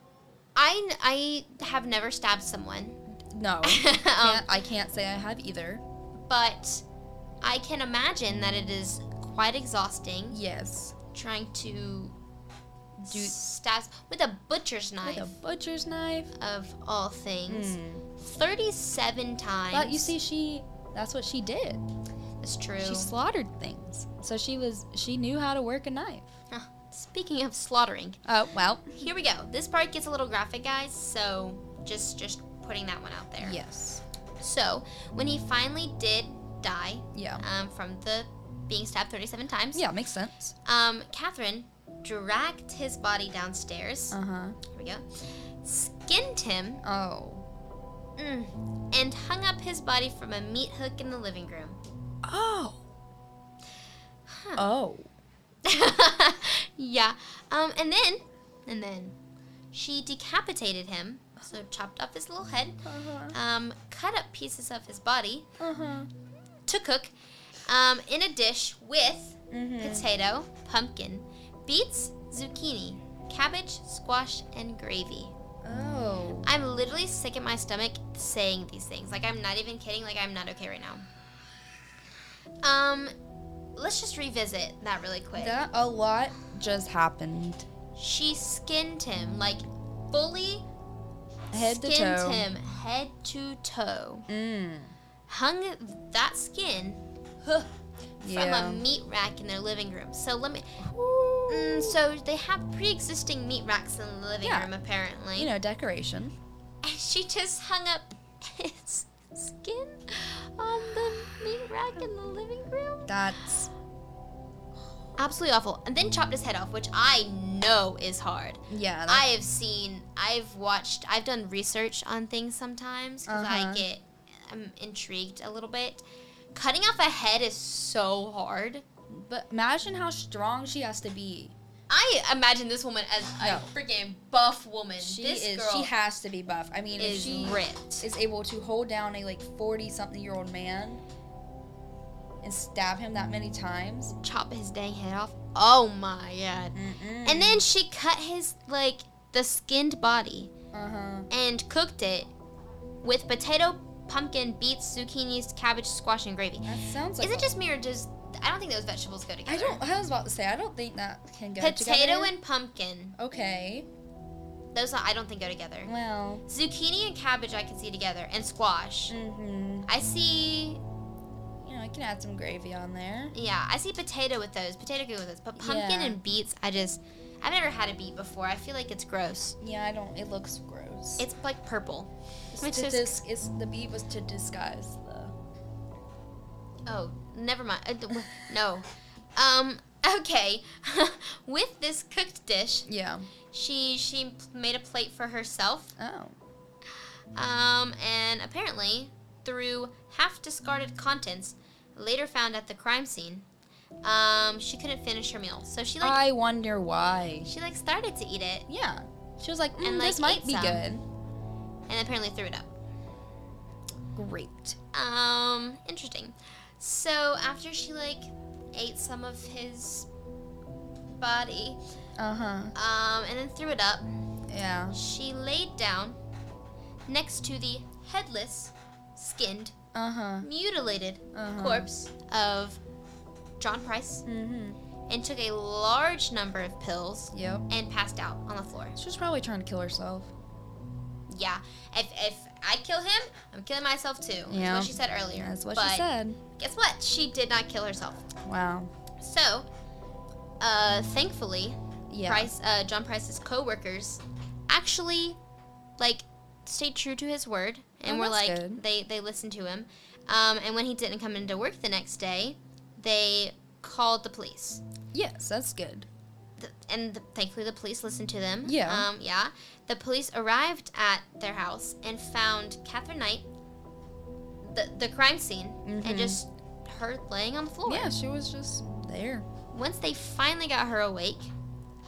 Speaker 2: I, I have never stabbed someone,
Speaker 1: No.
Speaker 2: um,
Speaker 1: Can't- I can't say I have either.
Speaker 2: but I can imagine that it is quite exhausting
Speaker 1: Yes.
Speaker 2: trying to
Speaker 1: Do-
Speaker 2: do stab with a butcher's knife
Speaker 1: With a butcher's knife.
Speaker 2: of all things.
Speaker 1: Mm.
Speaker 2: 37 times.
Speaker 1: But you see, she. That's what she did.
Speaker 2: That's true.
Speaker 1: She slaughtered things. So she was. She knew how to work a knife.
Speaker 2: Huh. Speaking of slaughtering,
Speaker 1: Oh, well,
Speaker 2: here we go. This part gets a little graphic, guys, so just just putting that one out there.
Speaker 1: yes.
Speaker 2: So when he finally did die
Speaker 1: Yeah.
Speaker 2: um, from the being stabbed 37 times,
Speaker 1: Yeah, makes sense.
Speaker 2: um, Catherine dragged his body downstairs.
Speaker 1: Uh huh.
Speaker 2: Here we go. Skinned him
Speaker 1: Oh.
Speaker 2: mm, and hung up his body from a meat hook in the living room.
Speaker 1: Oh. Oh.
Speaker 2: yeah. Um, and then, and then, she decapitated him. So chopped off his little head,
Speaker 1: Uh-huh.
Speaker 2: um, cut up pieces of his body
Speaker 1: Uh-huh.
Speaker 2: to cook um, in a dish with
Speaker 1: Mm-hmm.
Speaker 2: potato, pumpkin, beets, zucchini, cabbage, squash, and gravy.
Speaker 1: Oh.
Speaker 2: I'm literally sick at my stomach saying these things. Like I'm not even kidding. Like I'm not okay right now. Um, let's just revisit that really quick.
Speaker 1: That a lot just happened.
Speaker 2: She skinned him, like fully
Speaker 1: Head
Speaker 2: skinned
Speaker 1: to toe.
Speaker 2: him head to toe.
Speaker 1: Mm.
Speaker 2: Hung that skin
Speaker 1: Huh.
Speaker 2: from
Speaker 1: Yeah.
Speaker 2: a meat rack in their living room. So let me. Mm, so they have pre-existing meat racks in the living
Speaker 1: Yeah.
Speaker 2: room apparently.
Speaker 1: you know, decoration.
Speaker 2: and she just hung up his skin on the meat rack in the living room.
Speaker 1: That's
Speaker 2: Absolutely awful. And then chopped his head off, which I know is hard.
Speaker 1: yeah. That's,
Speaker 2: I have seen, I've watched, I've done research on things sometimes because
Speaker 1: Uh-huh.
Speaker 2: I get I'm intrigued a little bit. Cutting off a head is so hard.
Speaker 1: but imagine how strong she has to be.
Speaker 2: I imagine this woman as
Speaker 1: No.
Speaker 2: a freaking buff woman.
Speaker 1: She
Speaker 2: this
Speaker 1: is.
Speaker 2: girl
Speaker 1: She has to be buff. I mean, if
Speaker 2: is
Speaker 1: she
Speaker 2: ripped.
Speaker 1: is able to hold down a like forty-something-year-old man and stab him that many times.
Speaker 2: Chop his dang head off. Oh my god.
Speaker 1: Mm-mm.
Speaker 2: And then she cut his like the skinned body
Speaker 1: Uh huh.
Speaker 2: and cooked it with potato, pumpkin, beets, zucchinis, cabbage, squash, and gravy.
Speaker 1: That sounds like.
Speaker 2: Is it just me or does I don't think those vegetables go together.
Speaker 1: I don't. I was about to say. I don't think that can go
Speaker 2: Potato
Speaker 1: together.
Speaker 2: and pumpkin.
Speaker 1: Okay.
Speaker 2: Those I don't think go together.
Speaker 1: Well.
Speaker 2: Zucchini and cabbage I can see together, and squash.
Speaker 1: Mm-hmm.
Speaker 2: I see.
Speaker 1: You know, I can add some gravy on there.
Speaker 2: Yeah, I see potato with those. Potato good with those. But pumpkin
Speaker 1: Yeah.
Speaker 2: and beets, I just. I've never had a beet before. I feel like it's gross.
Speaker 1: Yeah, I don't. It looks gross.
Speaker 2: It's like purple.
Speaker 1: It's
Speaker 2: which
Speaker 1: to
Speaker 2: is-
Speaker 1: dis- it's the beat was to disguise the.
Speaker 2: Oh, never mind. Uh, th- no. Um. Okay. with this cooked dish,
Speaker 1: Yeah.
Speaker 2: she she made a plate for herself.
Speaker 1: Oh.
Speaker 2: Um, and apparently, through half discarded contents later found at the crime scene, um, she couldn't finish her meal. So she like
Speaker 1: I wonder why.
Speaker 2: she like started to eat it
Speaker 1: Yeah. She was like,
Speaker 2: And,
Speaker 1: "Mm, this
Speaker 2: like,
Speaker 1: might
Speaker 2: ate
Speaker 1: be
Speaker 2: some."
Speaker 1: good.
Speaker 2: and apparently threw it up.
Speaker 1: Great.
Speaker 2: Um, interesting. So after she like ate some of his body,
Speaker 1: Uh huh.
Speaker 2: um, and then threw it up,
Speaker 1: Yeah.
Speaker 2: she laid down next to the headless, skinned,
Speaker 1: Uh huh.
Speaker 2: mutilated
Speaker 1: Uh-huh.
Speaker 2: corpse of John Price.
Speaker 1: Mm-hmm.
Speaker 2: and took a large number of pills
Speaker 1: Yep.
Speaker 2: and passed out on the floor.
Speaker 1: She was probably trying to kill herself.
Speaker 2: Yeah, if, if I kill him, I'm killing myself too. That's
Speaker 1: Yeah.
Speaker 2: what she said earlier.
Speaker 1: That's what
Speaker 2: but
Speaker 1: she said.
Speaker 2: Guess what? She did not kill herself.
Speaker 1: Wow.
Speaker 2: So, uh, thankfully,
Speaker 1: Yeah.
Speaker 2: Price, uh, John Price's coworkers, actually, like, stayed true to his word and
Speaker 1: Oh,
Speaker 2: were
Speaker 1: that's
Speaker 2: like,
Speaker 1: good.
Speaker 2: they they listened to him. Um, and when he didn't come into work the next day, they called the police.
Speaker 1: Yes, that's good.
Speaker 2: th- and the, thankfully the police listened to them.
Speaker 1: Yeah.
Speaker 2: Um, yeah. The police arrived at their house and found Catherine Knight, the, the crime scene,
Speaker 1: Mhm.
Speaker 2: and just her laying on the floor.
Speaker 1: Yeah, she was just there.
Speaker 2: Once they finally got her awake,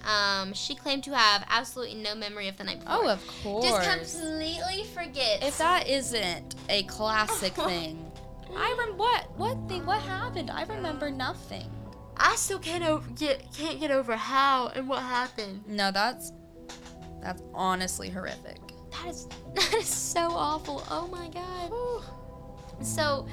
Speaker 2: um, she claimed to have absolutely no memory of the night before.
Speaker 1: Oh, of course.
Speaker 2: Just completely forget.
Speaker 1: If that isn't a classic thing, I rem what what thing what happened? I remember nothing.
Speaker 2: I still can't over, get can't get over how and what happened.
Speaker 1: No, that's that's honestly horrific.
Speaker 2: That is that is so awful. Oh my god. So,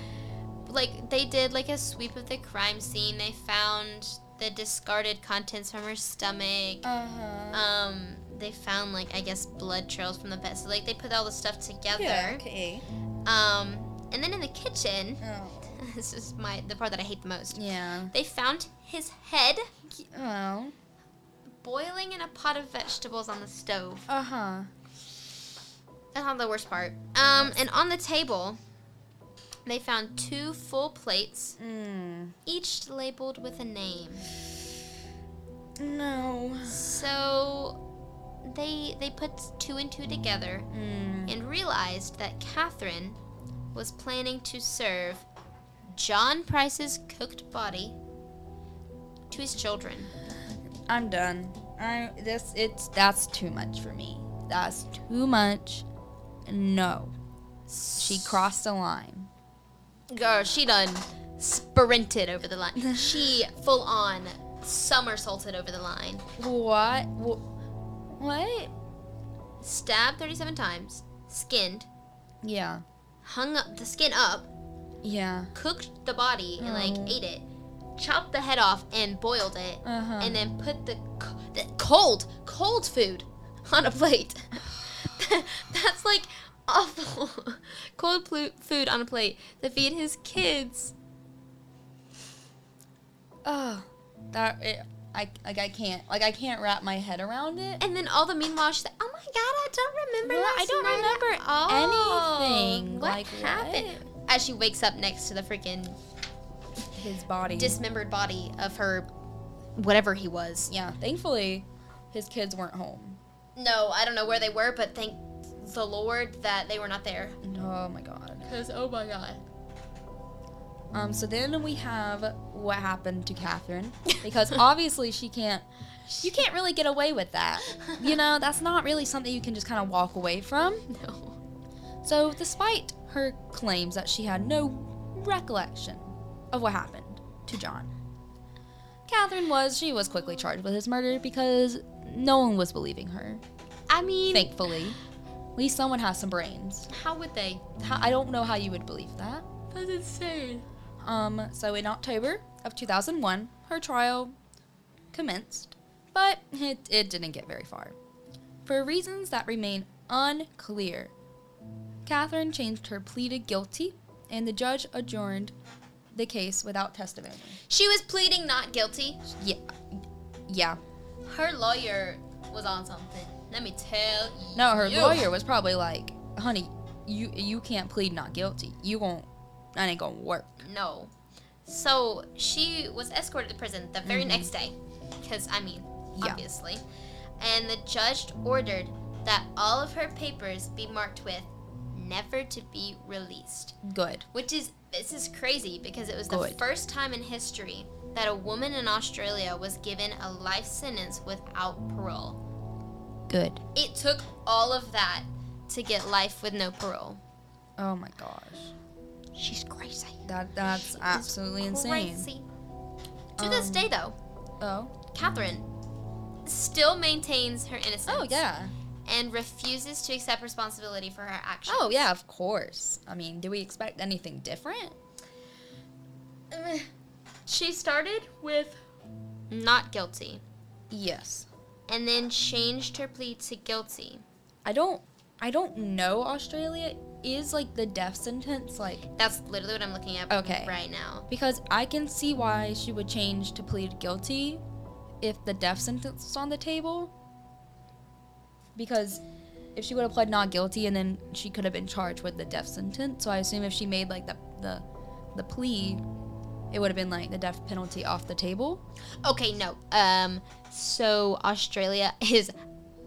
Speaker 2: like, they did like a sweep of the crime scene. They found the discarded contents from her stomach.
Speaker 1: Uh huh.
Speaker 2: Um, they found like I guess blood trails from the pet. So like they put all the stuff together.
Speaker 1: Okay.
Speaker 2: Um, and then in the kitchen,
Speaker 1: Oh.
Speaker 2: this is my the part that I hate the most.
Speaker 1: Yeah.
Speaker 2: They found his head,
Speaker 1: Oh.
Speaker 2: boiling in a pot of vegetables on the stove.
Speaker 1: Uh huh.
Speaker 2: That's not the worst part. Um, and on the table, they found two full plates,
Speaker 1: Mm.
Speaker 2: each labeled with a name.
Speaker 1: No.
Speaker 2: So they they put two and two together
Speaker 1: Mm.
Speaker 2: and realized that Catherine was planning to serve John Price's cooked body to his children.
Speaker 1: I'm done. I this it's that's too much for me. That's too much. No. She crossed a line.
Speaker 2: Girl, she done sprinted over the line. she full on somersaulted over the line.
Speaker 1: What? Wh- What?
Speaker 2: Stabbed 37 times, skinned,
Speaker 1: Yeah.
Speaker 2: hung up the skin up,
Speaker 1: Yeah.
Speaker 2: cooked the body and like
Speaker 1: Oh.
Speaker 2: ate it, chopped the head off and boiled it,
Speaker 1: Uh-huh.
Speaker 2: and then put the, c- the cold cold food on a plate. That's like awful. cold plu- food on a plate to feed his kids.
Speaker 1: Oh, that it, I like I can't like I can't wrap my head around it.
Speaker 2: And then all the meanwhile she's like, "Oh my god, I don't remember.
Speaker 1: Yeah, I
Speaker 2: last
Speaker 1: don't
Speaker 2: night
Speaker 1: remember
Speaker 2: at all.
Speaker 1: anything.
Speaker 2: What
Speaker 1: Like, what?"
Speaker 2: happened?" As she wakes up next to the freaking
Speaker 1: His body.
Speaker 2: dismembered body of her, whatever he was.
Speaker 1: yeah. Thankfully, his kids weren't home.
Speaker 2: No, I don't know where they were, but thank the Lord that they were not there.
Speaker 1: Oh my god.
Speaker 2: Because, oh my god.
Speaker 1: Um. So then we have what happened to Catherine because obviously she can't. You can't really get away with that. You know, that's not really something you can just kind of walk away from.
Speaker 2: No.
Speaker 1: So, despite her claims that she had no recollection of what happened to John, Catherine was she was quickly charged with his murder because no one was believing her.
Speaker 2: I mean,
Speaker 1: Thankfully, at least someone has some brains.
Speaker 2: how would they?
Speaker 1: How- I don't know how you would believe that.
Speaker 2: That's insane.
Speaker 1: Um, so in October of 2001, her trial commenced, but it, it didn't get very far. For reasons that remain unclear, Catherine changed her plea to guilty, and the judge adjourned the case without testimony.
Speaker 2: She was pleading not guilty.
Speaker 1: Yeah, yeah.
Speaker 2: Her lawyer was on something. Let me tell you.
Speaker 1: No, her lawyer was probably like, "Honey, you you can't plead not guilty. You won't. That ain't gonna work."
Speaker 2: No. So she was escorted to prison the very next day. Because, I mean,
Speaker 1: Mm-hmm. Yeah.
Speaker 2: obviously. And the judge ordered that all of her papers be marked with never to be released.
Speaker 1: Good.
Speaker 2: which is this is crazy because it was the
Speaker 1: Good.
Speaker 2: first time in history that a woman in Australia was given a life sentence without parole.
Speaker 1: Good.
Speaker 2: It took all of that to get life with no parole.
Speaker 1: Oh my gosh.
Speaker 2: She's crazy.
Speaker 1: That that's absolutely insane.
Speaker 2: Crazy. To this
Speaker 1: Um,
Speaker 2: day, though,
Speaker 1: Oh.
Speaker 2: Catherine still maintains her innocence.
Speaker 1: Oh yeah.
Speaker 2: And refuses to accept responsibility for her actions.
Speaker 1: Oh yeah, of course. I mean, do we expect anything different?
Speaker 2: Oh, She started with not guilty.
Speaker 1: Yes.
Speaker 2: and then changed her plea to guilty.
Speaker 1: I don't I don't know Australia is like the death sentence like
Speaker 2: That's literally what I'm looking at
Speaker 1: Okay.
Speaker 2: right now.
Speaker 1: because I can see why she would change to plead guilty if the death sentence was on the table. Because if she would have pled not guilty and then she could have been charged with the death sentence. So I assume if she made like the the, the plea, it would have been like the death penalty off the table.
Speaker 2: Okay, no. Um, so Australia is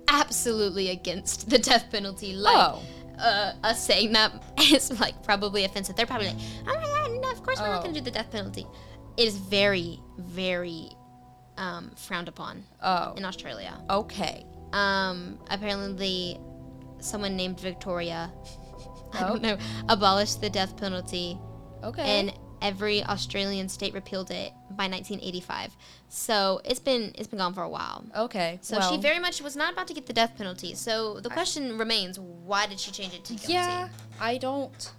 Speaker 2: absolutely against the death penalty. Like,
Speaker 1: Oh.
Speaker 2: uh, us saying that is like probably offensive. They're probably like, oh my god, no, of course we're not
Speaker 1: Oh.
Speaker 2: gonna do the death penalty. It is very, very um, frowned upon
Speaker 1: Oh.
Speaker 2: in Australia.
Speaker 1: Okay.
Speaker 2: Um, apparently, someone named Victoria, I
Speaker 1: Oh.
Speaker 2: don't know, abolished the death penalty
Speaker 1: Okay.
Speaker 2: and every Australian state repealed it by 1985. So it's been it's been gone for a while.
Speaker 1: Okay.
Speaker 2: So she
Speaker 1: well,
Speaker 2: very much was not about to get the death penalty. So the question remains: Why did she change it to guilty?
Speaker 1: Yeah, I don't.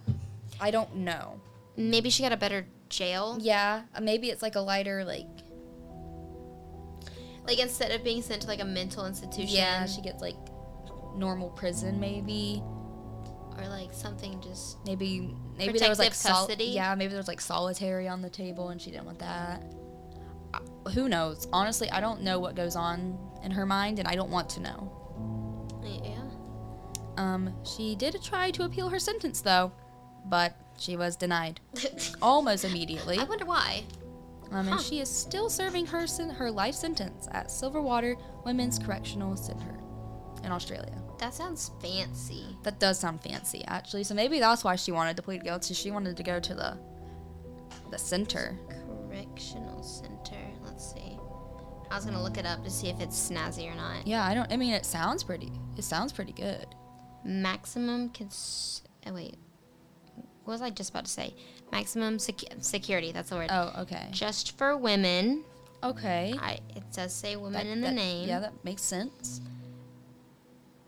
Speaker 1: I don't know.
Speaker 2: Maybe she got a better jail.
Speaker 1: Yeah, uh, maybe it's like a lighter like.
Speaker 2: Like instead of being sent to like a mental institution
Speaker 1: Yeah, she gets like normal prison maybe.
Speaker 2: or like something just
Speaker 1: Maybe maybe there was like
Speaker 2: Protective
Speaker 1: sol-
Speaker 2: custody?
Speaker 1: yeah, maybe there was like solitary on the table and she didn't want that. Uh, who knows? Honestly, I don't know what goes on in her mind, and I don't want to know.
Speaker 2: Yeah.
Speaker 1: Um, she did try to appeal her sentence though, but she was denied almost immediately.
Speaker 2: I wonder why.
Speaker 1: Um,
Speaker 2: huh.
Speaker 1: and she is still serving her sen- her life sentence at Silverwater Women's Correctional Center in Australia.
Speaker 2: That sounds fancy.
Speaker 1: That does sound fancy, actually. So maybe that's why she wanted to plead guilty. She wanted to go to the the center.
Speaker 2: Correctional center. Let's see. I was gonna look it up to see if it's snazzy or not.
Speaker 1: Yeah, I don't. I mean, it sounds pretty. It sounds pretty good.
Speaker 2: Maximum cons. Oh, wait. What was I just about to say? Maximum secu- security. That's the word.
Speaker 1: Oh, okay.
Speaker 2: Just for women.
Speaker 1: Okay.
Speaker 2: I, it does say
Speaker 1: That-
Speaker 2: women in the
Speaker 1: that-
Speaker 2: name.
Speaker 1: Yeah, that makes sense.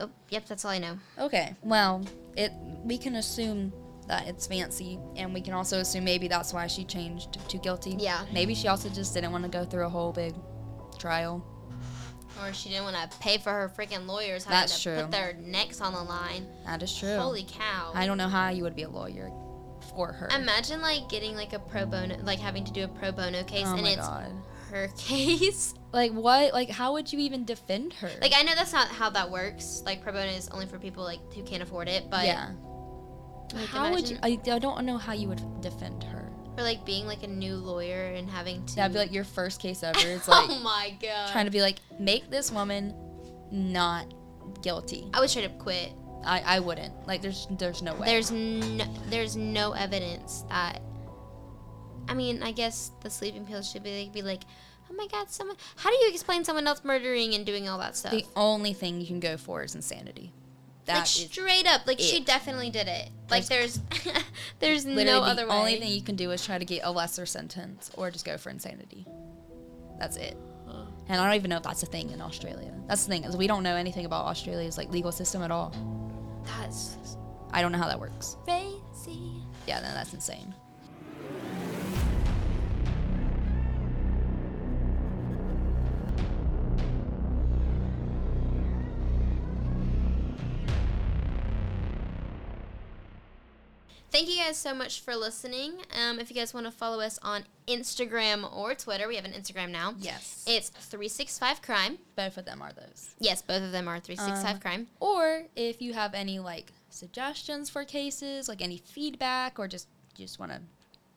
Speaker 2: oh, yep, that's all I know.
Speaker 1: Okay. Well, it we can assume that it's fancy, and we can also assume maybe that's why she changed to guilty.
Speaker 2: Yeah.
Speaker 1: Maybe she also just didn't want to go through a whole big trial.
Speaker 2: Or she didn't want to pay for her freaking lawyers having
Speaker 1: That's
Speaker 2: to
Speaker 1: true.
Speaker 2: put their necks on the line.
Speaker 1: That is true.
Speaker 2: Holy cow.
Speaker 1: I don't know how you would be a lawyer for her.
Speaker 2: Imagine like getting like a pro bono, like having to do a pro bono case,
Speaker 1: oh
Speaker 2: and
Speaker 1: my
Speaker 2: it's
Speaker 1: god.
Speaker 2: her case.
Speaker 1: Like what? Like how would you even defend her?
Speaker 2: Like I know that's not how that works. Like pro bono is only for people like who can't afford it, but
Speaker 1: yeah.
Speaker 2: like,
Speaker 1: how would you?
Speaker 2: imagine-
Speaker 1: I, I don't know how you would defend her.
Speaker 2: or like being like a new lawyer and having to.
Speaker 1: That'd be like your first case ever. It's like
Speaker 2: oh my god.
Speaker 1: trying to be like make this woman not guilty.
Speaker 2: I would straight up quit.
Speaker 1: I, I wouldn't. Like there's there's no way.
Speaker 2: There's no, there's no evidence that. I mean, I guess the sleeping pills should be like, be like, oh my god, someone. How do you explain someone else murdering and doing all that stuff?
Speaker 1: the only thing you can go for is insanity. That
Speaker 2: like
Speaker 1: is
Speaker 2: straight up, like she
Speaker 1: it.
Speaker 2: definitely did it. Like there's, there's
Speaker 1: literally
Speaker 2: no
Speaker 1: the
Speaker 2: other way.
Speaker 1: only thing you can do is try to get a lesser sentence or just go for insanity. That's it. And I don't even know if that's a thing in Australia. That's the thing is we don't know anything about Australia's like legal system at all.
Speaker 2: That's
Speaker 1: I don't know how that works.
Speaker 2: crazy.
Speaker 1: Yeah, no, that's insane.
Speaker 2: Thank you guys so much for listening. Um, if you guys want to follow us on Instagram or Twitter, we have an Instagram now.
Speaker 1: Yes.
Speaker 2: It's 365 Crime.
Speaker 1: Both of them are those.
Speaker 2: Yes, both of them are 365
Speaker 1: Um,
Speaker 2: Crime.
Speaker 1: Or if you have any like suggestions for cases, like any feedback, or just you just want to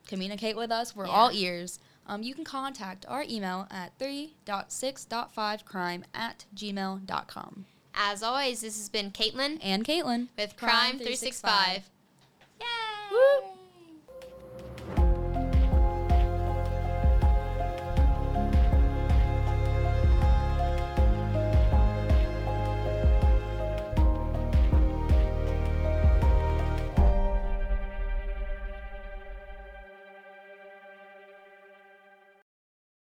Speaker 1: communicate with us, we're
Speaker 2: Yeah.
Speaker 1: all ears. Um, you can contact our email at 3.6.5crime at gmail.com.
Speaker 2: As always, this has been Caitlin
Speaker 1: And Caitlin
Speaker 2: with Crime 365. Yay!
Speaker 1: Whoop.